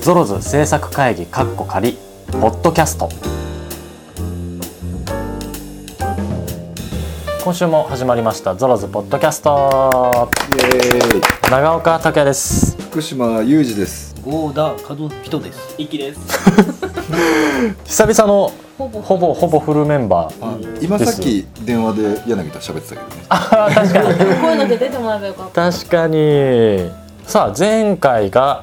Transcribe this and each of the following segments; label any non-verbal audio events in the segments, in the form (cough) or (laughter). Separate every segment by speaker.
Speaker 1: ゾロズ制作会議カッコ仮ポッドキャスト今週も始まりましたゾロズポッドキャスト
Speaker 2: イエーイ
Speaker 1: 長岡拓也です
Speaker 2: 福島裕二です。
Speaker 3: ゴーダカド人です。
Speaker 4: 一気です。
Speaker 1: 久々の
Speaker 4: ほぼ
Speaker 1: ほぼほぼフルメンバー
Speaker 2: あ今さっき電話で柳田喋ってたけどね。あ、
Speaker 4: こういうので出てもらえばよかっ
Speaker 1: (laughs)
Speaker 4: た。
Speaker 1: 確かにさあ前回が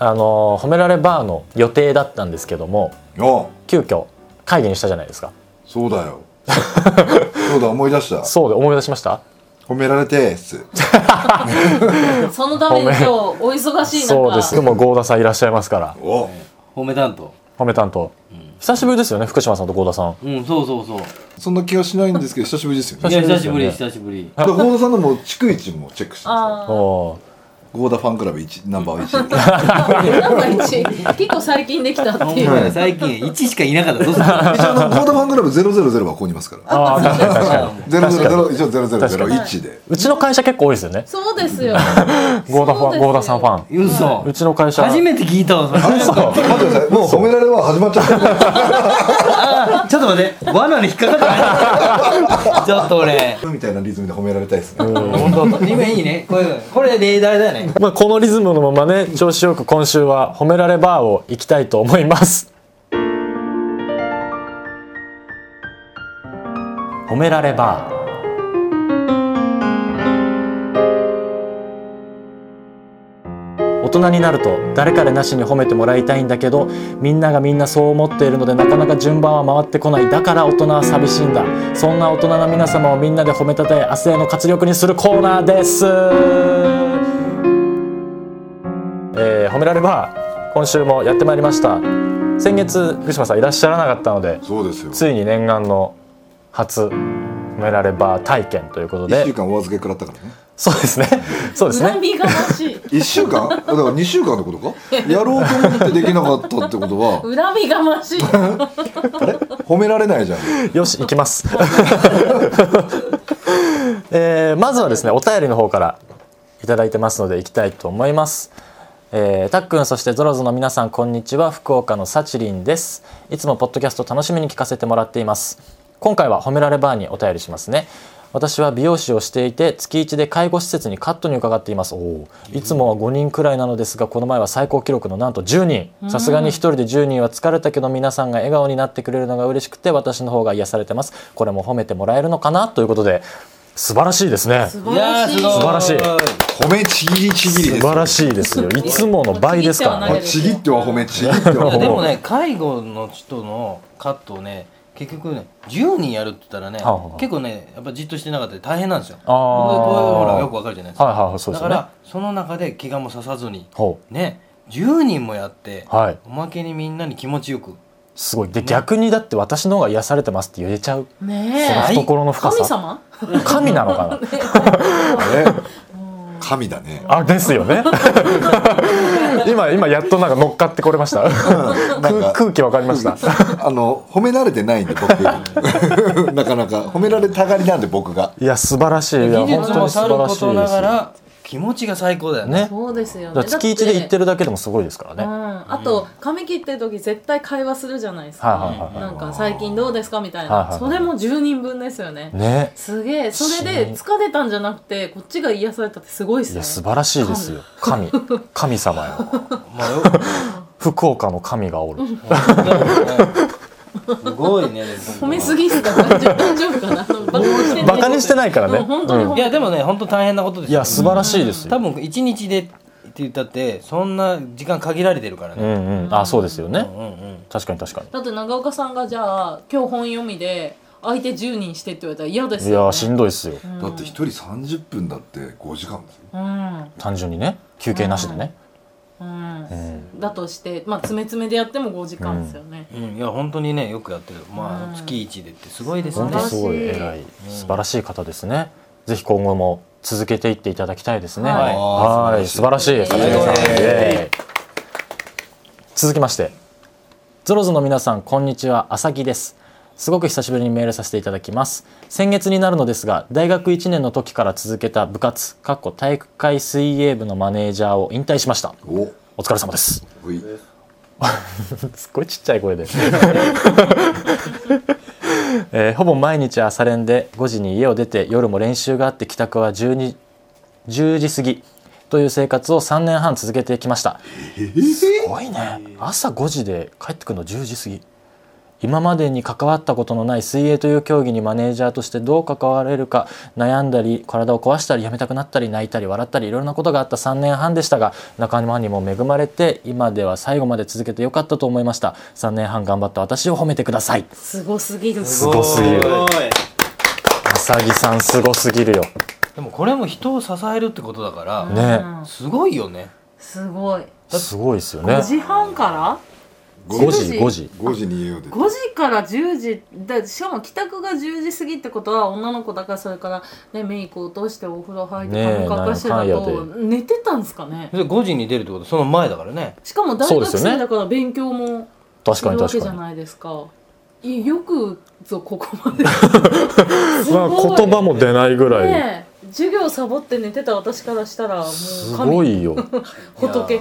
Speaker 1: あの褒められバーの予定だったんですけども急遽会議にしたじゃないですか
Speaker 2: そうだ (laughs) よ。そうだ思い出した。
Speaker 1: そうで思い出しました
Speaker 2: 褒められてーっす。
Speaker 1: (laughs)
Speaker 4: そのために今日お忙しい中、
Speaker 1: そうですもう郷田さんいらっしゃいますから
Speaker 2: お、
Speaker 3: 褒め担当。
Speaker 1: 褒め担当久しぶりですよね福島さんと郷田さん
Speaker 3: うん、そうそうそう。
Speaker 2: そんな気がしないんですけど久しぶりですよ (laughs)
Speaker 3: い
Speaker 2: ね。
Speaker 3: や、久しぶり、久しぶり。
Speaker 2: で、郷田さんのも逐一もチェックしてます。
Speaker 4: あ
Speaker 1: おー
Speaker 2: 郷田ファンクラブ一ナンバー一。 (laughs)
Speaker 4: あ、なんか一結構最近できたっ
Speaker 3: お
Speaker 4: ていう。
Speaker 3: 前最近一しかいなかった。どうするの。
Speaker 2: 一応あの郷田ファンクラブゼロゼロゼロはここにいますから。
Speaker 1: あー確かに確かに
Speaker 2: ゼロゼロゼロ一応ゼロゼロゼ
Speaker 1: 確
Speaker 2: ロ
Speaker 1: か
Speaker 2: 一で。
Speaker 1: うちの会社結構多いですよね
Speaker 4: そうですよ。
Speaker 1: 郷田ファン郷田さんファン
Speaker 3: うそう
Speaker 1: ちの会社
Speaker 3: 初めて聞いたわ。それ
Speaker 2: あ、そう。待ってください。もう褒められは始まっちゃった。
Speaker 3: あちょっと待って、罠に引っかかった
Speaker 1: (laughs)
Speaker 3: ない。ちょっと俺。
Speaker 2: みたいなリズムで褒められたいですね。
Speaker 3: 今いいね。これ、これ例題だね。
Speaker 1: まあ、このリズムのままね調子よく今週は褒められバーを行きたいと思います褒められバー大人になると誰彼なしに褒めてもらいたいんだけどみんながみんなそう思っているのでなかなか順番は回ってこないだから大人は寂しいんだそんな大人の皆様をみんなで褒めたたえ明日への活力にするコーナーです、えー、褒められば今週もやってまいりました先月福島さんいらっしゃらなかったので
Speaker 2: そうですよ。
Speaker 1: ついに念願の初褒められバー体験ということ
Speaker 2: 一
Speaker 1: で
Speaker 2: 週間お預け食らったからね。
Speaker 1: そうですねそうですね
Speaker 4: 恨みがましい。
Speaker 2: 一週間だから二週間ってことかやろうと思ってできなかったってことは
Speaker 4: 恨みがましい。
Speaker 2: あれ褒められないじゃん
Speaker 1: よし、行きます。えーまずはですね、お便りの方からいただいてますので、行きたいと思います。えー、たっくんそしてゾロゾの皆さんこんにちは福岡のさちりんですいつもポッドキャスト楽しみに聞かせてもらっています今回は褒められバーにお便りしますね私は美容師をしていて月1で介護施設にカットに伺っていますおーいつもは5人くらいなのですがこの前は最高記録のなんと10人さすがに1人で10人は疲れたけど皆さんが笑顔になってくれるのが嬉しくて私の方が癒されてますこれも褒めてもらえるのかなということで素晴らしいですね
Speaker 4: 素
Speaker 3: い
Speaker 4: 晴
Speaker 3: や
Speaker 4: ら
Speaker 3: ー、
Speaker 4: し
Speaker 3: す
Speaker 4: い。
Speaker 1: 素晴
Speaker 3: ごい。
Speaker 1: らしい
Speaker 2: 褒めちぎりちぎりで
Speaker 1: 素
Speaker 2: す
Speaker 1: 晴らしいですよいつもの倍ですから
Speaker 4: い
Speaker 1: ね
Speaker 2: あちぎっては褒めちぎってはい
Speaker 3: や
Speaker 2: 褒
Speaker 3: でも
Speaker 2: め
Speaker 3: ね介護の人のカットをね結局ね10人やるって言ったらね
Speaker 1: はあはあ
Speaker 3: 結構ねやっぱじっとしてなかったり大変なんですよ。
Speaker 1: あー
Speaker 3: 僕はこういうほらよくわかるじゃないですか。
Speaker 1: はいはいはいそうで
Speaker 3: だ
Speaker 1: す
Speaker 3: か
Speaker 1: よね
Speaker 3: らその中で怪我もささずに
Speaker 1: ほ
Speaker 3: ね10人もやって
Speaker 1: うはい
Speaker 3: おまけにみんなに気持ちよく
Speaker 1: すごいで逆にだって私の方が癒されてますって言えちゃう
Speaker 4: ね
Speaker 1: その
Speaker 4: え。
Speaker 1: 懐の深
Speaker 4: 神
Speaker 1: さ
Speaker 4: 様？
Speaker 1: 神なのかな
Speaker 2: ね神だね
Speaker 1: あですよね今今やっとなんか乗っかってこれました
Speaker 2: か
Speaker 1: 空空気わかりました
Speaker 2: あの褒められてないんで僕 (laughs) なかなか褒められたがりなんで僕が
Speaker 1: いや素晴らしいいや
Speaker 3: 技
Speaker 1: 本
Speaker 3: 術
Speaker 1: 当
Speaker 3: も
Speaker 1: に素
Speaker 3: さる
Speaker 1: 晴ら
Speaker 3: こ
Speaker 1: しい
Speaker 3: と
Speaker 1: で
Speaker 3: な
Speaker 1: す
Speaker 3: がら気持ちが最高だよね。
Speaker 1: ね
Speaker 4: そうですよ
Speaker 1: だ
Speaker 4: ね。
Speaker 1: から月一で行って
Speaker 4: る。
Speaker 1: るだけでもすごいですから
Speaker 4: う
Speaker 1: ね、
Speaker 4: ん。
Speaker 1: はい
Speaker 4: あと髪切ってる時絶対会話するじゃないですか。
Speaker 1: はいはいは
Speaker 4: なんか最近どうですかみたい
Speaker 1: はいはいは
Speaker 4: な。
Speaker 1: い
Speaker 4: それも10人分ですよね
Speaker 1: い。ね
Speaker 4: すげえそれで疲れたんじゃなくてこっちが癒されたってすごいっす
Speaker 1: い
Speaker 4: ね
Speaker 1: や素晴らしいですよ神神様よ
Speaker 3: まあよ
Speaker 1: 福岡の神がおる
Speaker 3: すごいね。
Speaker 4: 褒めすぎてた大丈夫 (laughs) 大丈夫かなバカにして
Speaker 1: バカにしてないからね
Speaker 4: うん本当に
Speaker 1: う
Speaker 4: 本当
Speaker 3: い
Speaker 4: に
Speaker 3: やでもね本当大変なことです
Speaker 1: い
Speaker 3: よ
Speaker 1: や素晴らしいですよ
Speaker 3: 多分1日でって言ったってそんな時間限られてるから
Speaker 1: う
Speaker 3: ね、
Speaker 1: んうんあそうですよね
Speaker 3: うんうん
Speaker 1: 確かに確かに
Speaker 4: だって長岡さんがじゃあ今日本読みで相手10人してって言われたら嫌です
Speaker 1: いや
Speaker 4: よ、ね、
Speaker 1: ーしんどいっすよ
Speaker 2: だって一人30分だって5時間ですよ
Speaker 4: うん
Speaker 1: 単純にね休憩なしでね、
Speaker 4: うんだとしてまあ詰め詰めでやっても5時間ですよね、
Speaker 3: うんうんいや本当にねよくやってるま
Speaker 4: うん
Speaker 3: あ月1でってすごいです
Speaker 4: うん
Speaker 1: 本
Speaker 3: ね
Speaker 1: 当すごい
Speaker 4: 素晴らしい
Speaker 1: 偉い素晴らしい方ですね、ぜひ今後も続けていっていただきたいですね
Speaker 4: はい
Speaker 1: はい素晴らしい
Speaker 4: ー
Speaker 1: 佐々木さん
Speaker 3: イ
Speaker 1: イエーイ続きましてゾロゾの皆さんこんにちは浅木ですすごく久しぶりにメールさせていただきます先月になるのですが大学1年の時から続けた部活かっこ体育会水泳部のマネージャーを引退しました
Speaker 2: お
Speaker 1: お疲れ様です。
Speaker 2: ほい
Speaker 1: (laughs) すっごいちっちゃい声で。えーほぼ毎日朝練で5時に家を出て夜も練習があって帰宅は12 10時過ぎという生活を3年半続けてきましたすごいね朝5時で帰ってくるの10時過ぎ今までに関わったことのない水泳という競技にマネージャーとしてどう関われるか悩んだり体を壊したりやめたくなったり泣いたり笑ったりいろんなことがあった3年半でしたが仲間にも恵まれて今では最後まで続けてよかったと思いました3年半頑張った私を褒めてください
Speaker 4: すごすぎる
Speaker 1: ごすぎる
Speaker 3: ごい
Speaker 1: あさぎさんすごすぎるよ
Speaker 3: でもこれも人を支えるってことだから、
Speaker 1: ね
Speaker 4: うん
Speaker 3: すごいよね
Speaker 4: すごい
Speaker 1: すごいですよね
Speaker 4: 5時半から
Speaker 1: 5
Speaker 2: 5
Speaker 1: 時
Speaker 2: 時
Speaker 1: 5時
Speaker 2: 5時に家を出て
Speaker 4: 5時から10時だしかも帰宅が10時過ぎってことは女の子だからそれから、ね、メイク落としてお風呂入って
Speaker 1: ねえ
Speaker 4: 髪乾かしてだ
Speaker 1: なんか
Speaker 4: と寝てたんですかね
Speaker 3: で5時に出るってことその前だからね
Speaker 4: しかも大
Speaker 1: そうで
Speaker 4: 学
Speaker 1: すよね
Speaker 4: 生だから勉強も
Speaker 1: 確
Speaker 4: す
Speaker 1: か
Speaker 4: る
Speaker 1: に
Speaker 4: わけ
Speaker 1: 確
Speaker 4: じ
Speaker 1: か
Speaker 4: ゃ
Speaker 1: に
Speaker 4: ないですかいやよくぞここま
Speaker 1: (laughs)
Speaker 4: です
Speaker 1: まあ
Speaker 4: ごい
Speaker 1: 言葉も出ないぐらい、
Speaker 4: ねえ授業サボって寝てた私からしたらもう
Speaker 1: す
Speaker 4: 神
Speaker 1: ごいよ
Speaker 4: 仏
Speaker 3: い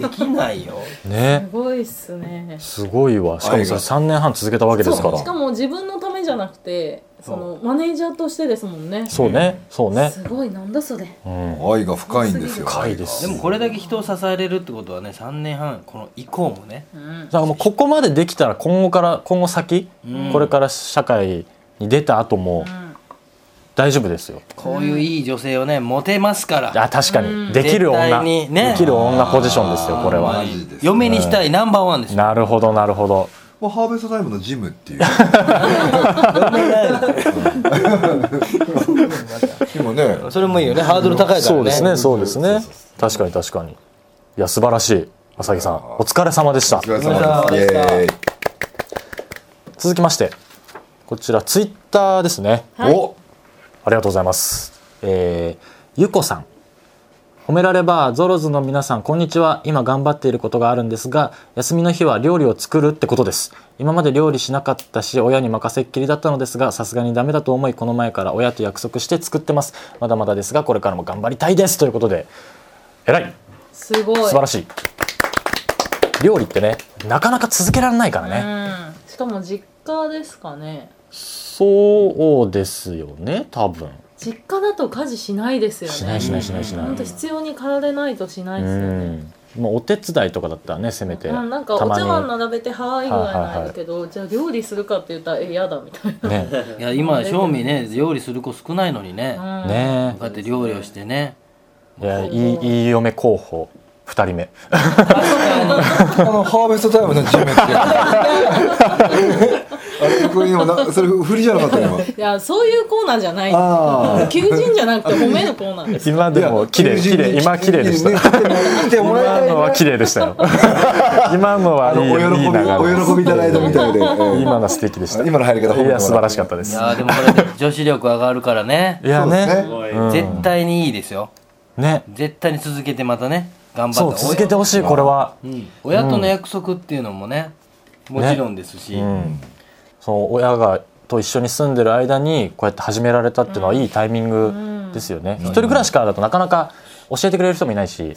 Speaker 3: やできない (laughs) よ
Speaker 1: ね
Speaker 4: すごいっすね
Speaker 1: すごいわしかもそれ
Speaker 2: 愛が
Speaker 1: 3年半続けたわけですか
Speaker 4: そう
Speaker 1: ら
Speaker 4: しかも自分のためじゃなくてそのマネージャーとしてですもんね
Speaker 1: そうねそうね
Speaker 4: すごいなんだそれ
Speaker 1: うん
Speaker 2: 愛が深いんですよ
Speaker 1: 深いです
Speaker 3: でもこれだけ人を支えれるってことはね3年半この以降もね
Speaker 4: うん
Speaker 1: だからもうここまでできたら今後から今後先、これから社会に出た後も
Speaker 4: ん
Speaker 1: 大丈夫ですよ、
Speaker 3: こういういい女性をねモテますから
Speaker 1: あ確かに、
Speaker 4: うん
Speaker 1: できる
Speaker 3: 絶
Speaker 1: 女、
Speaker 3: 対にね
Speaker 1: できる女ポジションですよこれは
Speaker 2: マジです
Speaker 3: 嫁にしたいナンバーワンですよ
Speaker 1: なるほどなるほど
Speaker 2: もうハーベストタイムのジムっていう今ね
Speaker 3: それもいいよねハードル高いからね
Speaker 1: そうですねそうですね確かに確かにいや素晴らしい浅木さんお疲れ様でした
Speaker 2: お疲れ様
Speaker 3: お疲
Speaker 2: で
Speaker 3: れ
Speaker 2: すイ
Speaker 3: 様でした
Speaker 2: エーイ
Speaker 1: 続きましてこちらツイッターですね、
Speaker 4: はい
Speaker 1: おありがとうございます、えー、ゆこさん褒められばゾロズの皆さんこんにちは今頑張っていることがあるんですが休みの日は料理を作るってことです今まで料理しなかったし親に任せっきりだったのですがさすがにダメだと思いこの前から親と約束して作ってますまだまだですがこれからも頑張りたいですということでえらい
Speaker 4: すごい
Speaker 1: 素晴らしい料理ってねなかなか続けられないからね、
Speaker 4: うんしかも実家ですかね
Speaker 1: そうですよね多分
Speaker 4: 実家だと家事しないですよね
Speaker 1: しないしないしないしない、
Speaker 4: 本当必要に駆られないとしないですよね
Speaker 1: うんまあお手伝いとかだったらねせめて
Speaker 4: うんなんかお
Speaker 1: た
Speaker 4: 茶
Speaker 1: ま
Speaker 4: 碗
Speaker 1: に
Speaker 4: 並べて「はーい」ぐらいならいいけど、じゃあ料理するかって言ったら「え嫌だ」みたい
Speaker 1: ね
Speaker 3: いや今正味ね料理する子少ないのにねこ
Speaker 4: な、うん
Speaker 1: ね
Speaker 3: うやって料理をしてね
Speaker 1: えいやいいいい嫁候補2人目
Speaker 2: (laughs) あのハーベストタイムのジムってあれこれ今なそれ振りじゃなかった今
Speaker 4: いやそういうコーナーじゃない
Speaker 2: あ
Speaker 4: 求人じゃなくて褒めるコーナ
Speaker 1: (laughs)
Speaker 4: ーです
Speaker 1: 今
Speaker 2: あ
Speaker 1: でも綺麗綺麗今綺麗でした
Speaker 2: 来ても
Speaker 1: 今
Speaker 2: らいた
Speaker 1: の
Speaker 2: い
Speaker 1: は綺麗でした
Speaker 2: (laughs)
Speaker 1: よ今のは
Speaker 2: あ
Speaker 1: い
Speaker 2: のお喜
Speaker 1: いいい流
Speaker 2: び
Speaker 1: れ
Speaker 2: お喜びいただいたみたいでうん
Speaker 1: 今のは素敵でした
Speaker 2: 今の入り方褒めて
Speaker 1: い
Speaker 2: もらった
Speaker 1: や素晴らしかったで
Speaker 3: い
Speaker 1: す
Speaker 3: やーでもこれで女子力上がるからね
Speaker 1: いや
Speaker 2: そう
Speaker 1: ね
Speaker 2: ですね
Speaker 1: うん
Speaker 3: 絶対にいいですよ
Speaker 1: ね
Speaker 3: 絶対に続けてまたね頑張って
Speaker 1: そう続けてほしいこれは
Speaker 3: うん親との約束っていうのもね、もちろんですし、
Speaker 1: うん、その親がと一緒に住んでる間にこうやって始められたっていうのはいいタイミングですよね、一人暮らしからだとなかなか教えてくれる人もいないし、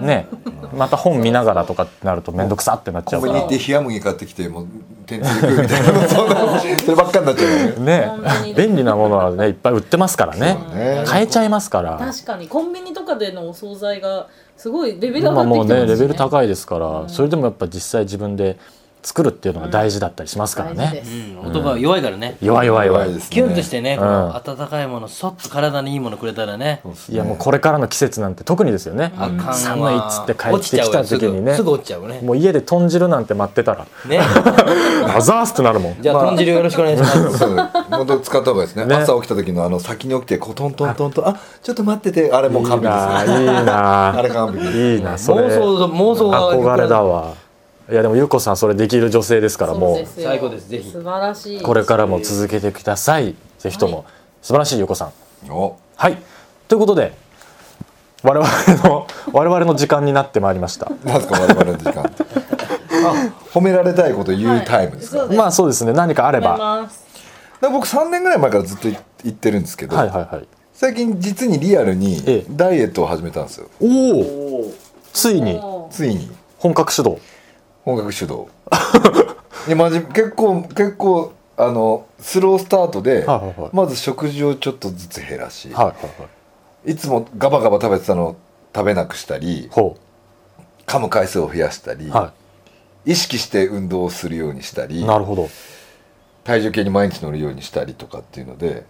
Speaker 1: ね、また本見ながらとかってなると面倒くさってなっちゃ
Speaker 2: コ
Speaker 1: う
Speaker 2: ンビ
Speaker 1: か
Speaker 2: ニ
Speaker 1: ら
Speaker 2: 行って冷麦買ってきてもう天つゆ食うみたいなそんなそればっかになっちゃうよね
Speaker 1: ね
Speaker 4: コンビニで
Speaker 1: 便利なものはねいっぱい売ってますからね
Speaker 2: そうね
Speaker 1: 買えちゃいますから
Speaker 4: 確かにコンビニとかでのお惣菜がすごいレベル上
Speaker 1: 今
Speaker 4: がってき
Speaker 1: も
Speaker 4: てま
Speaker 1: う
Speaker 4: すね
Speaker 1: ねレベル高いですから、それでもやっぱ実際自分で作るっていうのが大事だったりしますから
Speaker 4: 大事で
Speaker 1: ね、
Speaker 4: す
Speaker 3: うん男は弱いからね、
Speaker 1: 弱い弱い弱い
Speaker 2: です
Speaker 3: キュンとしてね、
Speaker 1: ん
Speaker 3: この温かいものそっと体にいいものくれたらね、
Speaker 1: いやもうこれからの季節なんて特にですよね、
Speaker 3: あかんわ
Speaker 1: 寒いっつって帰ってきた
Speaker 3: 落ちちゃう
Speaker 1: 時
Speaker 3: よ
Speaker 1: にね
Speaker 3: すぐすぐ落ちちゃうね
Speaker 1: もう家で豚汁なんて待ってた
Speaker 3: (laughs)
Speaker 1: ら (laughs)
Speaker 3: ね
Speaker 1: あざーすってなるもん
Speaker 3: じゃあ豚汁よろしくお願いします
Speaker 2: そう本当使った方がいいですね
Speaker 1: ね
Speaker 2: 朝起きた時のあの先に起きてこうトントントンとあちょっと待っててあれもう完璧ですね
Speaker 1: あーいいな
Speaker 3: (laughs)
Speaker 2: あれ完璧
Speaker 1: ーいいなそれ
Speaker 3: 妄想妄想が
Speaker 1: 憧れだわいやでもゆうこさんそれできる女性ですから
Speaker 4: そう
Speaker 1: も
Speaker 4: です
Speaker 1: う
Speaker 4: よ
Speaker 3: 最高ですぜひ
Speaker 4: 素晴らしい
Speaker 1: これからも続けてくださいぜひとも、素晴らしいゆうこさん
Speaker 2: お
Speaker 1: はいということで我々の (laughs) 我々の時間になってまいりました
Speaker 2: なんですか我々の時間ってあ褒められたいこと言うタイムですか、
Speaker 4: はいそうです
Speaker 1: まあそうですね何かあれ
Speaker 4: 思
Speaker 1: ば
Speaker 4: います
Speaker 2: だから僕3年ぐらい前からずっと言ってるんですけど、
Speaker 1: はいはいはい
Speaker 2: 最近実にリアル
Speaker 1: え
Speaker 2: に
Speaker 1: え
Speaker 2: ダイエットを始めたんですよ
Speaker 1: おおついに
Speaker 4: おーお
Speaker 2: ついに
Speaker 1: 本格始動
Speaker 2: 本格主
Speaker 1: (laughs)
Speaker 2: 導いやマジ結構結構あのスロースタート
Speaker 1: はい
Speaker 2: で、
Speaker 1: はいはい
Speaker 2: まず食事をちょっとずつ減らし、
Speaker 1: はいはいはい
Speaker 2: い、つもガバガバ食べてたのを食べなくしたり
Speaker 1: ほ
Speaker 2: 噛む回数を増やしたり、
Speaker 1: うは
Speaker 2: 意識して運動をするようにしたり
Speaker 1: いなるほど
Speaker 2: 体重計に毎日乗るようにしたりとかっていうので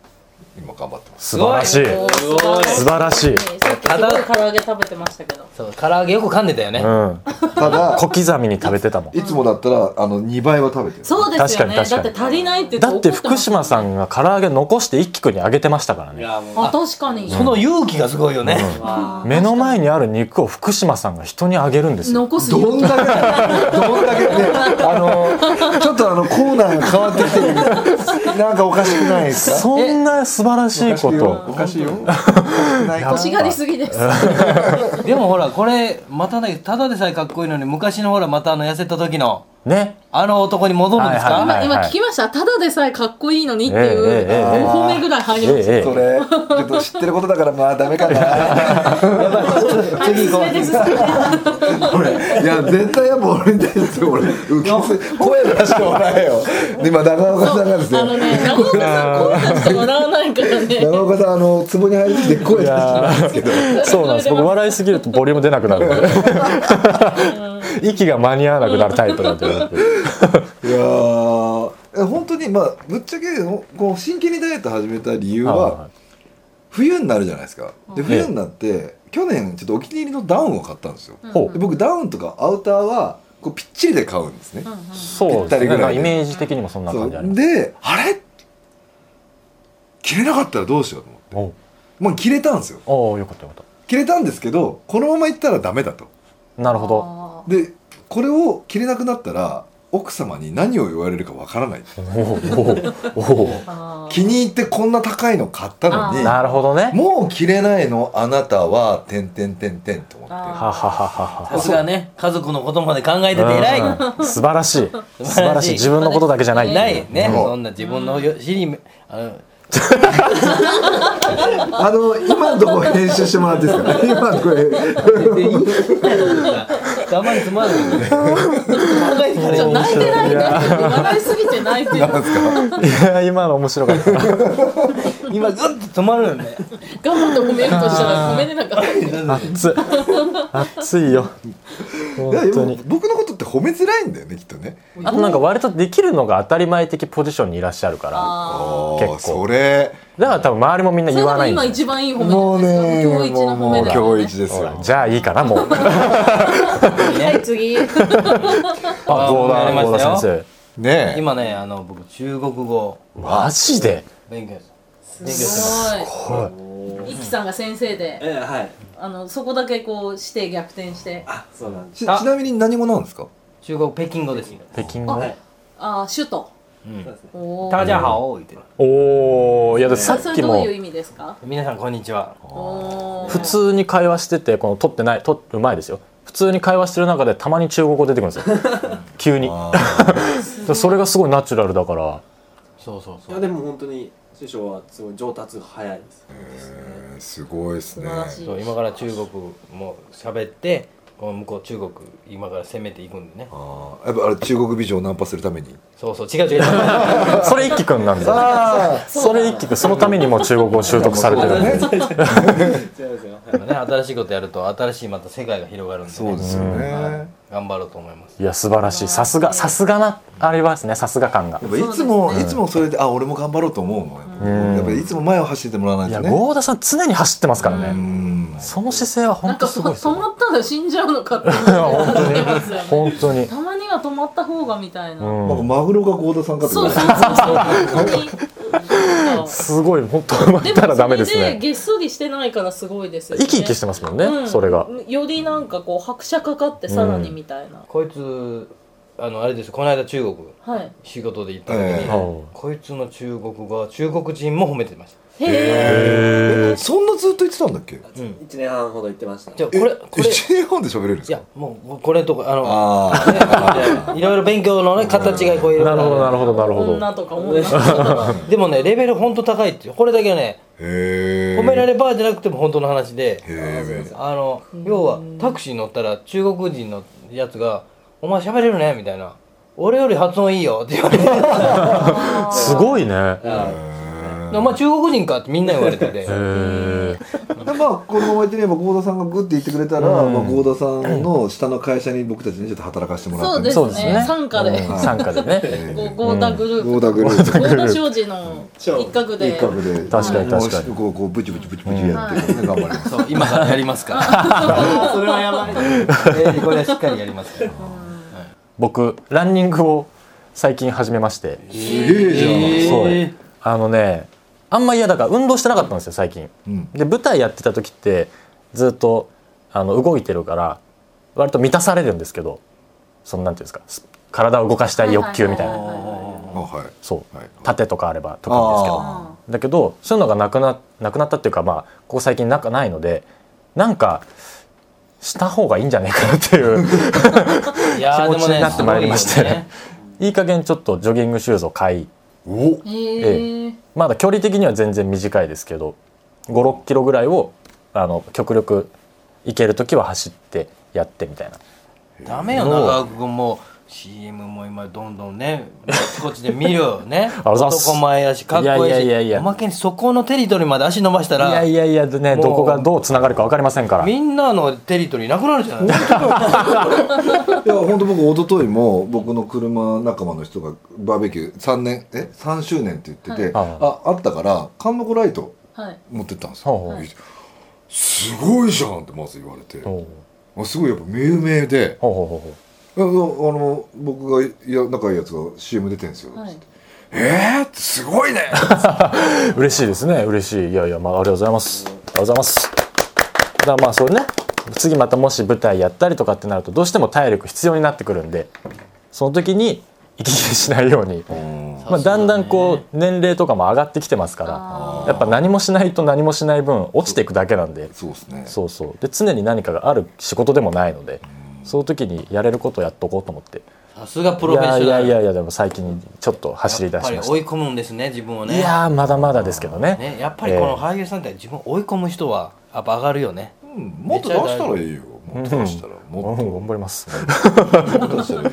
Speaker 2: 今頑張っ
Speaker 1: (laughs)
Speaker 2: てます
Speaker 1: 素晴らしい
Speaker 4: ー
Speaker 3: すごい
Speaker 1: 素晴らしい
Speaker 4: さっきすごい唐揚げ食べてましたけど
Speaker 3: そう唐揚げよく噛んでたよね、
Speaker 1: うん
Speaker 2: ただ
Speaker 1: 小刻みに食べてたもん
Speaker 2: いつもだったらあの2倍は食べてる
Speaker 4: そうですよねだ
Speaker 1: 確かに確かに
Speaker 4: って足りないって
Speaker 1: だって福
Speaker 4: ん
Speaker 1: 島さんが唐揚げ残して一輝くんにあげてましたから
Speaker 3: い
Speaker 1: ね
Speaker 3: やもうあ
Speaker 4: あ確かに
Speaker 3: その勇気がすごいよね、
Speaker 4: あー
Speaker 1: 目の前にある肉を福島さんが人にあげるんですよ
Speaker 4: 残す
Speaker 2: どんだけどんだけねあ
Speaker 4: (laughs)
Speaker 2: のちょっとあのコーナーが変わってきてるけどなんかおかしくないですか
Speaker 1: そんな素晴らしいこ
Speaker 2: お
Speaker 1: と
Speaker 2: かしいよおかしくないか
Speaker 4: 欲しがりすぎです
Speaker 3: でもほらこれまただけただでさえかっこいいのに昔のほらまたあの痩せた時の
Speaker 1: ね
Speaker 3: あの男に戻るんですか、
Speaker 1: はいはいはい
Speaker 4: 今今聞きましたただでさえかっこいいのにってい
Speaker 1: えええ
Speaker 4: う
Speaker 1: えええ
Speaker 4: 5本目ぐらい入りました
Speaker 1: ええ
Speaker 2: それちょっと知ってることだからまあダメかな
Speaker 4: はい進めて進めて
Speaker 2: 俺いや絶対やっぱ俺に対して俺受けす声出してもらえよで今長岡さんがです
Speaker 4: あの
Speaker 2: ね
Speaker 4: ね、長岡さん、こうなして笑わないからね。
Speaker 2: 長岡さんあの壺に入りすぎて声出してたんですけど
Speaker 1: そうなんです僕笑いすぎるとボリューム出なくなるんで息が間に合わなくなるタイプ
Speaker 2: (laughs)
Speaker 1: なんで
Speaker 2: いやーえ本当にまあぶっちゃけほこう真剣にダイエット始めた理由は冬になるじゃないですかで冬になって去年ちょっとお気に入りのダウンを買ったんですよ
Speaker 1: ほ
Speaker 2: で僕ダウンとかアウターはこうぴっちりで買うんですね
Speaker 1: うそうです
Speaker 2: ぴったりぐら
Speaker 1: ね
Speaker 2: い
Speaker 1: まあイ
Speaker 2: で
Speaker 1: メージ的にもそんな
Speaker 2: そ
Speaker 1: 感じあり
Speaker 2: う
Speaker 1: ます
Speaker 2: であれ着れなかったらどうしようと思って
Speaker 1: おう
Speaker 2: もう着れたんですよ
Speaker 1: おうよかったよかっ
Speaker 2: 着れたんですけどこのまま行ったらダメだと
Speaker 1: たなるほど
Speaker 4: あ
Speaker 2: でこれを着れなくなったら奥様に何を言われるかわからない
Speaker 1: おうおうおう
Speaker 4: ー
Speaker 2: 気に入ってこんな高いの買ったのに
Speaker 1: なるほどね
Speaker 2: もう着れないのあなたはてんてんてんてんと思って
Speaker 1: はは
Speaker 4: あ
Speaker 1: ははは
Speaker 3: さすがね家族のことまで考えてて偉い、
Speaker 1: うん素晴らしい素晴らしい
Speaker 3: 素晴らしい
Speaker 1: 自分のことだけじゃないってう
Speaker 3: ないね、
Speaker 2: うん
Speaker 3: そんな自分のよ尻にあの
Speaker 2: あの今のとこ編集してもらっていいですかね今のこれ
Speaker 3: たまにつまんないよね考えてか
Speaker 4: ー
Speaker 3: ら
Speaker 4: ちょ
Speaker 3: よ
Speaker 4: 泣いてないね。笑いすぎて泣いてる。
Speaker 2: なんですか
Speaker 1: いや今の面白かった
Speaker 3: 今グッと止まるよね
Speaker 4: ガムと褒めるとしたら褒めれなかった。
Speaker 1: 熱い熱いよ
Speaker 2: いや
Speaker 1: 本
Speaker 2: で
Speaker 1: 当
Speaker 2: も
Speaker 1: に
Speaker 2: 僕のことって褒めづらいんだよねきっとね
Speaker 1: あとなんか割とできるのが当たり前的ポジションにいらっしゃるから
Speaker 4: あ
Speaker 2: あ
Speaker 1: 結構
Speaker 2: ーそれ
Speaker 1: だから多分周りもみんな
Speaker 4: ーそ
Speaker 1: 言
Speaker 4: れで
Speaker 1: わ
Speaker 4: も
Speaker 1: ないん
Speaker 4: 今
Speaker 1: だよ
Speaker 4: 一番いい褒め
Speaker 2: もう
Speaker 4: じゃない
Speaker 2: ね
Speaker 4: ですか。今日一
Speaker 2: もう
Speaker 4: の褒め
Speaker 2: もう
Speaker 4: だよ
Speaker 2: 今日
Speaker 4: ね
Speaker 2: 一。です
Speaker 1: ほら
Speaker 2: よ
Speaker 1: じゃあいいかなもう
Speaker 4: はい、次。
Speaker 1: あ郷
Speaker 3: わか
Speaker 1: 田
Speaker 3: りまし
Speaker 1: 郷
Speaker 3: たよ
Speaker 1: 田先
Speaker 2: ねえ
Speaker 3: 今ねあの僕中国語
Speaker 1: 生マジで
Speaker 3: 勉強です勉強してます
Speaker 4: す
Speaker 1: は
Speaker 4: ごい。一輝さんが先生で、
Speaker 5: ええはい
Speaker 4: あの、そこだけこう、して逆転して、
Speaker 5: あそうなんです
Speaker 2: ちちなみに何語なんですか
Speaker 3: 中国北京語です
Speaker 1: い北京語
Speaker 5: はい
Speaker 4: あー、首都。
Speaker 5: そうですね
Speaker 4: お
Speaker 3: 大
Speaker 4: ー。
Speaker 3: 家好言って
Speaker 1: おおいやでさ
Speaker 4: あそ
Speaker 1: っ
Speaker 4: れ
Speaker 1: き
Speaker 4: どう
Speaker 1: も
Speaker 4: いう意味ですか
Speaker 3: 皆さんこんにちは
Speaker 4: おー
Speaker 1: 普通に会話しててこの撮ってない撮る前ですよ普通に会話してる中でたまに中国語出てくるんですよ急に (laughs) それがすごいナチュラルだから
Speaker 3: そうそう
Speaker 5: い
Speaker 3: そ
Speaker 5: や
Speaker 3: う
Speaker 5: でも本当に師匠はすごい上達が早いです
Speaker 2: えーすごいです
Speaker 4: 素
Speaker 2: ね
Speaker 4: 晴らしい
Speaker 3: そう。今から中国も喋ってこの向こう中国今から攻めていくんでね
Speaker 2: あーやっぱあれ中国美女をナンパするために
Speaker 3: そうそう違う違う違う
Speaker 1: それ一輝くんなんだよ
Speaker 2: あ
Speaker 1: それ一輝くんそのためにもう中国語を習得されてるんで
Speaker 5: 違いますよ
Speaker 3: 今ね新しいことやると新しいまた世界が広がるんでね
Speaker 2: そうですよね
Speaker 3: はい頑張ろうと思います
Speaker 1: いや素晴らしいさすがさすがなあれますねさすが感が
Speaker 2: やっぱいつも、いつもそれであ俺も頑張ろうと思うもんやっぱいつも前を走ってもらわないい
Speaker 1: や
Speaker 2: とね
Speaker 1: 郷田さん常に走ってますからね、
Speaker 2: うん
Speaker 1: その姿勢は
Speaker 4: な
Speaker 1: 本
Speaker 4: ん
Speaker 1: 当
Speaker 4: か
Speaker 1: すごいです
Speaker 4: 止
Speaker 1: よ
Speaker 4: まったら死んじゃうのかって思ってますよね。
Speaker 1: 本当に、
Speaker 4: たまには止まった方がみたいな。
Speaker 1: う
Speaker 2: なんか
Speaker 1: ん、
Speaker 2: マグロが郷田さんかと
Speaker 4: そ
Speaker 2: 思
Speaker 4: うそう
Speaker 2: っ
Speaker 4: そう
Speaker 2: た
Speaker 4: そう。本
Speaker 1: (laughs)
Speaker 4: 当に。
Speaker 1: すごい本当 (laughs) 止まっ
Speaker 4: で
Speaker 1: たら
Speaker 4: も
Speaker 1: ダ
Speaker 4: そ
Speaker 1: メ
Speaker 4: れ
Speaker 1: です
Speaker 4: で
Speaker 1: ね
Speaker 4: げっそりしてないからすごいですよね。
Speaker 1: 生き生きしてますもんね、
Speaker 4: うん
Speaker 1: それが
Speaker 4: よりなんかこう拍車かかってさらにみたいな。
Speaker 3: こいつあのあれですこの間中国
Speaker 4: はい。
Speaker 3: 仕事で行った時に、
Speaker 2: ええ
Speaker 1: は
Speaker 3: こいつの中国語は中国人も褒めてまし
Speaker 4: へえ。
Speaker 1: えー、
Speaker 2: そんなずっと言ってたんだっけ
Speaker 3: た、うん、
Speaker 5: 一年半ほど行ってました
Speaker 3: じゃあ
Speaker 2: え
Speaker 3: これこれい
Speaker 2: 1年半で喋れるんですか
Speaker 3: やもうこれとかあの
Speaker 2: ああ
Speaker 3: (laughs) いろいろ勉強のね形がこういろいろ
Speaker 1: なるほどなるほどなるほど
Speaker 3: (laughs)
Speaker 4: 女とか女とか。
Speaker 3: でもねレベルほんと高いっていうこれだけはね
Speaker 2: へえ
Speaker 3: 褒められバーじゃなくても本当の話で
Speaker 2: へえ
Speaker 3: あの要はタクシー乗ったら中国人のやつが「お前喋れるね」みたいな「俺より発音いいよ」って言われて
Speaker 1: すごいねへ
Speaker 3: 「お前中国人か」ってみんな言われてて
Speaker 1: え
Speaker 2: でまあこのままいってねば郷田さんがグッて言ってくれたら、
Speaker 1: うん
Speaker 2: まあ、郷田さんの下の会社に僕たちにちょっと働かせてもら
Speaker 4: そう
Speaker 2: って、
Speaker 4: で
Speaker 1: そうです
Speaker 4: すね
Speaker 1: ね
Speaker 4: 傘下で
Speaker 1: うん参加でね
Speaker 4: ゴゴーダグループ
Speaker 2: 郷田グループ
Speaker 4: ゴーダ商事の一角で
Speaker 2: 一角で
Speaker 1: 確かに確かに
Speaker 2: もうこうこうブチブチブチブチやって、ね、頑張ります
Speaker 3: そう今からやりますから
Speaker 5: (laughs) それはやばいね
Speaker 3: えーこれはしっかりやりますから
Speaker 1: 僕ランニングを最近始めまして
Speaker 2: すげえじゃん、
Speaker 1: そう
Speaker 3: えー
Speaker 1: あのねあんま嫌だから運動してなかったんですよ最近
Speaker 2: うん
Speaker 1: で舞台やってた時ってずっとあの動いてるから割と満たされるんですけどそのなんていうんですかす体を動かしたい欲求みたい
Speaker 4: はは
Speaker 1: な
Speaker 4: はは
Speaker 2: あはい
Speaker 1: そう
Speaker 2: はい
Speaker 1: 盾とかあれば特にですけど
Speaker 2: あ
Speaker 1: だけどそういうのがなくななくなったっていうかまあここ最近なんかないのでなんかした方がいいんじゃないかなっていう
Speaker 3: いやー
Speaker 1: 気持ちになってまいりまして
Speaker 3: でもね
Speaker 1: いい加減ちょっとジョギングシューズを買い
Speaker 2: お
Speaker 4: うんへえ
Speaker 1: まだ距離的には全然短いですけど56キロぐらいをあの極力行ける時は走ってやってみたいな
Speaker 3: すごいよねダ
Speaker 1: (laughs)
Speaker 3: メよ長尾君も CM も今どんどんねあちこっちで見る
Speaker 1: (laughs)
Speaker 3: よね
Speaker 1: ありがとうございます
Speaker 3: 男前やしかっこいいし
Speaker 1: いやいやいやいや
Speaker 3: おまけにそこのテリトリーまで足伸ばしたら
Speaker 1: いやいやいやね
Speaker 3: もう
Speaker 1: どこがどうつながるか分かりませんから
Speaker 3: みんなのテリトリーなくなるじゃない
Speaker 2: いや本当僕一昨日も僕の車仲間の人がバーベキュー3年え3周年って言ってて、
Speaker 1: はい
Speaker 2: ああったからカンノコライト
Speaker 4: はい
Speaker 2: 持ってったんですよ、
Speaker 1: ほうほう
Speaker 2: すごいじゃんってまず言われて、
Speaker 1: ほう
Speaker 2: あすごいやっぱ有名で
Speaker 1: ほうほうほうほう
Speaker 2: あのあの僕がいや仲いいやつが CM 出てんですよ、
Speaker 4: はい
Speaker 2: えー、すごいね
Speaker 1: 嬉しいですね嬉しいいやいやまあありがとうございますありがとうございますだからまあそれね次またもし舞台やったりとかってなるとどうしても体力必要になってくるんでその時に息切れしない (laughs) ように、 (laughs) まあ、だんだんこう年齢とかも上がってきてますか
Speaker 4: あ
Speaker 1: らやっぱ何もしないと何もしない分落ちていくだけなんで
Speaker 2: そうですね
Speaker 1: そうそうで常に何かがある仕事でもないのでその時にやれることをやっとこうと思って
Speaker 3: さすがプ
Speaker 1: い
Speaker 3: ロフェッ
Speaker 1: や
Speaker 3: ショ
Speaker 1: い
Speaker 3: ナ
Speaker 1: や
Speaker 3: ル
Speaker 1: いやいやでも最近ちょっと走り
Speaker 3: や
Speaker 1: 出
Speaker 3: っぱ
Speaker 1: し
Speaker 3: り
Speaker 1: まし
Speaker 3: 追い込むんですね自分を
Speaker 1: た
Speaker 3: ね
Speaker 1: いやーまだまだですけどね
Speaker 3: ねやっぱりこの俳優さんって自分を追い込む人はやっぱ上がるよね
Speaker 2: うんもっと出したらいいよもっと出したらもっ
Speaker 1: うん頑張ります
Speaker 2: ともっと出したらいい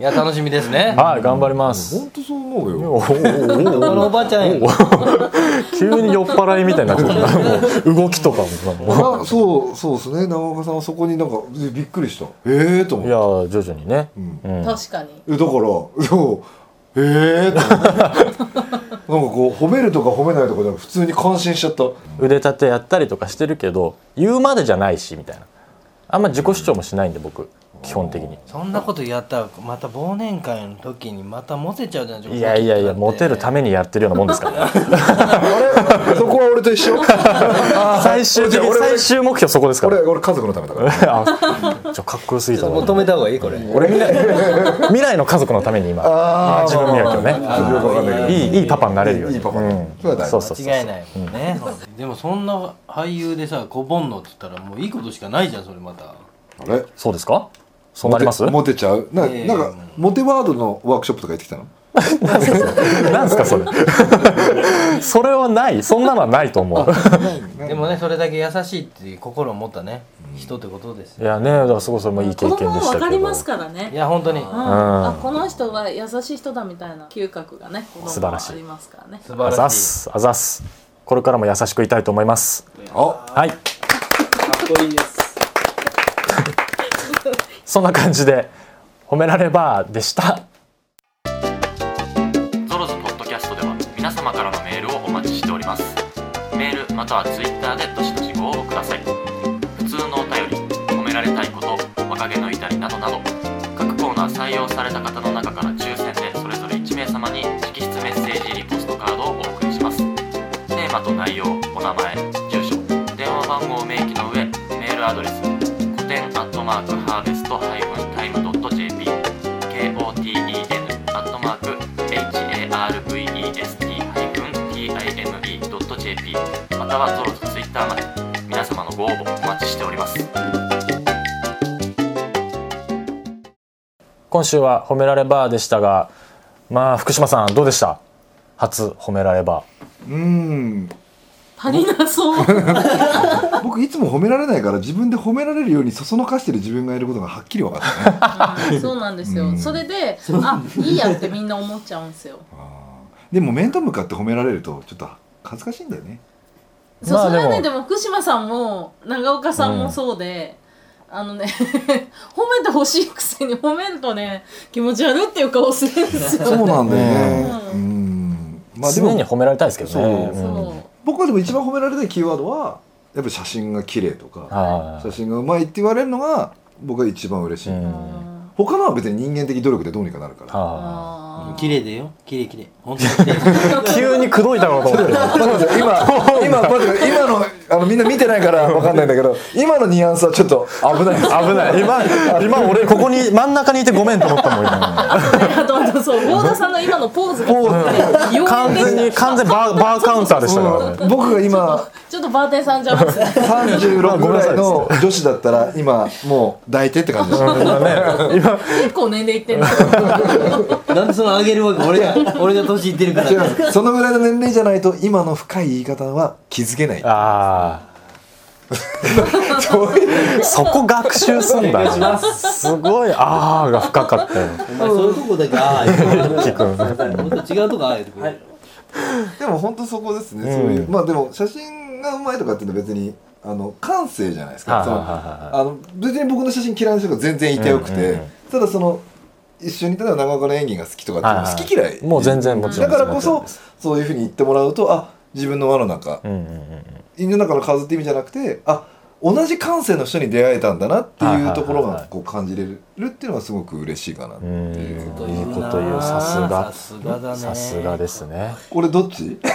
Speaker 3: いや楽しみですね
Speaker 1: はい、頑張ります。
Speaker 2: 本当そう思う
Speaker 1: お
Speaker 2: よ
Speaker 1: おお
Speaker 3: このおばあちゃんや
Speaker 1: 急に酔っ払いみたいになってく (laughs) るもう動きとかもも
Speaker 2: あそうそうですね長岡さんはそこになんかえびっくりしたええー、と思
Speaker 1: う
Speaker 2: っ
Speaker 1: い
Speaker 2: て
Speaker 1: やー徐々にね、
Speaker 2: ん
Speaker 1: うん
Speaker 4: 確かに
Speaker 2: えだからそうええー、と思って (laughs) なんかこう褒めるとか褒めないとかじゃなく普通に感心しち
Speaker 1: (laughs)
Speaker 2: ゃった
Speaker 1: 腕立てやったりとかしてるけど言うまでじゃないしみたいなあんま自己主張もしないんで僕基本的に
Speaker 3: そんなことやったらまた忘年会の時にまたモテちゃうじゃないですか
Speaker 1: いやいやいやモテるためにやってるようなもんですから、
Speaker 2: あれそこは俺と一緒
Speaker 1: 最終的
Speaker 2: 俺俺
Speaker 1: 最終目標そこですか
Speaker 2: (laughs) 俺
Speaker 1: ら
Speaker 2: 俺家族のためだから
Speaker 1: (laughs) あちょかっこよすぎた
Speaker 3: 求
Speaker 1: な
Speaker 3: めた方がいいこれ
Speaker 1: 俺未来未来の家族のために今
Speaker 2: あー
Speaker 1: 自分磨きをね
Speaker 2: まあまあよくわかんないけど
Speaker 1: いいいいパパになれるように
Speaker 2: いいパパになる
Speaker 1: うん
Speaker 2: それは大事
Speaker 1: そうそうそう
Speaker 3: 間違いないもんねでもそんな俳優でさ小煩悩って言ったらもういいことしかないじゃんそれまた
Speaker 2: あれ
Speaker 1: そうですかそうなります
Speaker 2: モテモテちゃうな
Speaker 3: ええ
Speaker 2: なんかモテワードのワークショップとか行ってきたの
Speaker 1: なんですかそれ (laughs) それはないそんなのはないと思う
Speaker 3: でもねそれだけ優しいっていう心を持ったね人ってことです
Speaker 1: い
Speaker 3: よ
Speaker 1: やねだからすごいそれもいい経
Speaker 4: 子
Speaker 1: 験で
Speaker 4: 供も
Speaker 1: したけど
Speaker 4: 分かります
Speaker 1: か
Speaker 4: から
Speaker 3: い
Speaker 4: ね
Speaker 3: や本当に
Speaker 4: うん
Speaker 1: ん
Speaker 4: あこの人は優しい人だみたいな嗅覚がね子供は
Speaker 1: 素晴らしい
Speaker 4: ありますからね
Speaker 3: 素
Speaker 1: あ
Speaker 3: 晴
Speaker 1: ざ
Speaker 3: ら
Speaker 1: っ
Speaker 3: し
Speaker 1: すあざっすこれからも優しくいたいと思います
Speaker 2: あ
Speaker 1: はい
Speaker 5: かっこいいです
Speaker 1: そんな感じで褒められバーでした
Speaker 6: ゾロズポッドキャストでは皆様からのメールをお待ちしておりますメールまたはツイッターでどしどしご応募ください普通のお便り褒められたいこと若気の至りなどなど各コーナー採用された方の中から抽選でそれぞれ1名様に直筆メッセージリポストカードをお送りしますテーマと内容お名前住所電話番号を明記の上メールアドレス古典アットマークハーベストハイフンタイムドット JP KOTEN アットマーク HARVEST-TIME.jp またはゾロとツイッターまで皆様のご応募お待ちしております
Speaker 1: 今週は褒められバーでしたがまあ福島さんどうでした初褒められバ
Speaker 2: うーん
Speaker 4: 足りなそう
Speaker 2: 僕いつも褒められないから自分で褒められるようにそそのかしてる自分がいることがはっきり分かったね
Speaker 4: うんそうなんですよ、
Speaker 2: うん
Speaker 4: それであいいやってみんな思っちゃうんですよ
Speaker 1: (laughs)
Speaker 2: あーでも面と向かって褒められるとちょっと恥ずかしいんだよね
Speaker 4: そう、
Speaker 1: まあ
Speaker 4: それはね
Speaker 1: で
Speaker 4: でも福島さんも長岡さんもそうで、あのね (laughs) 褒めてほしいくせに褒めるとね気持ち悪いっていう顔するんですよ
Speaker 2: そうなんだよね
Speaker 4: う
Speaker 2: うんまあで
Speaker 1: 常に
Speaker 2: も
Speaker 1: 褒められたいですけどね。(laughs) う
Speaker 2: そ
Speaker 1: ん
Speaker 4: そ
Speaker 2: 僕はでも一番褒められたいキーワードはやっぱり写真が綺麗とか
Speaker 1: は
Speaker 2: 写真がうまいって言われるのが僕は一番嬉し
Speaker 1: う
Speaker 2: い、
Speaker 1: ん
Speaker 4: う、
Speaker 2: 他のは別に人間的努力でどうにかなるか
Speaker 1: い。
Speaker 2: (laughs) ら
Speaker 1: は
Speaker 4: あー
Speaker 5: 綺麗だよ。綺麗綺麗。本当に綺
Speaker 3: (laughs)
Speaker 5: 麗。
Speaker 1: い。急に口説いたのかと思って。
Speaker 2: 今今待って今のあのみんな見てないから分かんないんだけど今のニュアンスはちょっと危ないです
Speaker 1: 危ない。今今俺ここに真ん中にいてごめんと思ったもん今。
Speaker 4: いやどう
Speaker 1: (laughs)
Speaker 4: ぞそう郷田さんの今のポーズが
Speaker 2: ポー
Speaker 4: 妖
Speaker 1: 完
Speaker 4: 艶で
Speaker 1: 全に完全バーバーカウンターでしたからね。
Speaker 2: うん僕が今
Speaker 4: ちょっとバーテンさんじゃます
Speaker 2: 36ぐらいの女子だったら今もう抱いてって感じですね
Speaker 1: 今ね今
Speaker 4: 結構年齢いっ
Speaker 1: (laughs)
Speaker 4: てるんですよ
Speaker 5: なんでその上げるわけ俺が、俺が年いってる (laughs) から。
Speaker 2: 違いますそのぐらいの年齢じゃないと今の深い言い方は気づけない
Speaker 1: あ
Speaker 2: そういう
Speaker 1: あそこ学習すん
Speaker 5: お願いし
Speaker 1: だ
Speaker 5: ま
Speaker 1: ね。すごいああが深かったよ。
Speaker 5: お前そういうとこだけ、ああ、
Speaker 1: キ君
Speaker 5: もっと違うとこああいうとこ。
Speaker 2: でも本当そこですね、
Speaker 1: うん
Speaker 2: そういうまあでも写真がうまいとかっていうのは別にあの感性じゃないです
Speaker 1: は
Speaker 2: か
Speaker 1: い
Speaker 2: そ
Speaker 1: はい
Speaker 2: の
Speaker 1: は
Speaker 2: あの別に僕の写真嫌いな人が全然いてよくて、
Speaker 1: うんうんうん
Speaker 2: ただその一緒にいたら長岡の演技が好きとかって
Speaker 1: は
Speaker 2: いうの
Speaker 1: い
Speaker 2: は
Speaker 1: はい
Speaker 2: 好き嫌い
Speaker 1: もう全然もちろん
Speaker 2: だからこ
Speaker 1: も
Speaker 2: そ
Speaker 1: ち
Speaker 2: そういうふうに言ってもらうとあ自分の輪の中
Speaker 1: い。うんうんうんうん。
Speaker 2: 胃の中の数って意味じゃなくてあ同じ感性の人に出会えたんだなって
Speaker 1: はいはい
Speaker 2: い
Speaker 1: はいう
Speaker 2: ところ
Speaker 1: は
Speaker 2: が
Speaker 1: い
Speaker 2: こう感じれるっていうのはすごく嬉しいかなって
Speaker 1: うんい
Speaker 2: いう
Speaker 1: い
Speaker 2: こと
Speaker 1: こと言うさすが
Speaker 5: さすがだね
Speaker 1: さすがですね
Speaker 2: これどっち (laughs)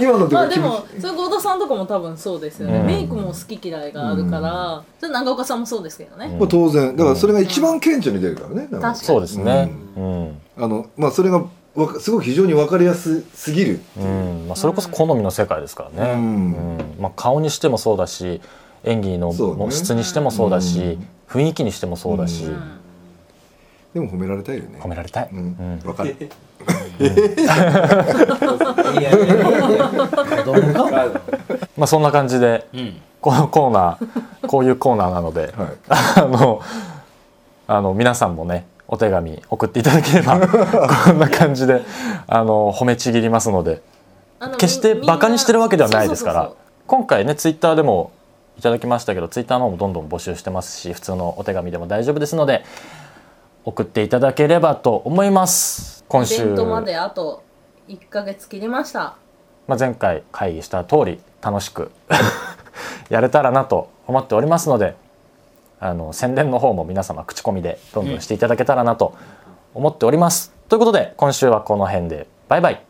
Speaker 2: 今のとこ
Speaker 4: まあ
Speaker 2: ろ
Speaker 4: でもそれ郷田さんとかも多分そうですよね、
Speaker 1: うん
Speaker 4: メイクも好き嫌いがあるから、それ長岡さんもそうですけどね、
Speaker 1: うん
Speaker 2: まあ当然だからそれが一番顕著に出るからねだから
Speaker 4: 確
Speaker 1: そうですねうん、
Speaker 2: あのまあそれがわかすごく非常に分かりやすすぎる
Speaker 1: うんまあ、それこそ好みの世界ですからね、
Speaker 2: うん
Speaker 1: うんまあ、顔にしてもそうだし演技の
Speaker 2: そうね
Speaker 1: の質にしてもそうだし、
Speaker 2: うん
Speaker 1: 雰囲気にしてもそうだし、
Speaker 2: う
Speaker 4: うん
Speaker 2: でも褒められたいよね
Speaker 1: 褒められたい、
Speaker 2: う
Speaker 1: うん
Speaker 2: ん分かる
Speaker 5: (laughs) いやいやいやいやどうもか。
Speaker 1: まあ、そんな感じで
Speaker 5: うん。
Speaker 1: このコーナー (laughs) こういうコーナーなので (laughs)
Speaker 2: はい
Speaker 1: あのあの皆さんもねお手紙送っていただけれ
Speaker 5: (laughs)
Speaker 1: ばこんな感じであの褒めちぎりますので
Speaker 4: あの
Speaker 1: 決して
Speaker 4: みんな
Speaker 1: バカにしてるわけではないですから
Speaker 4: そうそう
Speaker 1: 今回ねツイッターでもいただきましたけどツイッターの方もどんどん募集してますし普通のお手紙でも大丈夫ですので送っていただければと思います今
Speaker 4: そうそうイベ
Speaker 1: 週
Speaker 4: ントまであと1ヶ月切りました
Speaker 1: まあ、前回会議した通り楽しく (laughs) やれたらなと思っておりますのであの宣伝の方も皆様口コミでどんどんしていただけたらなと思っております、ということで今週はこの辺でバイバイ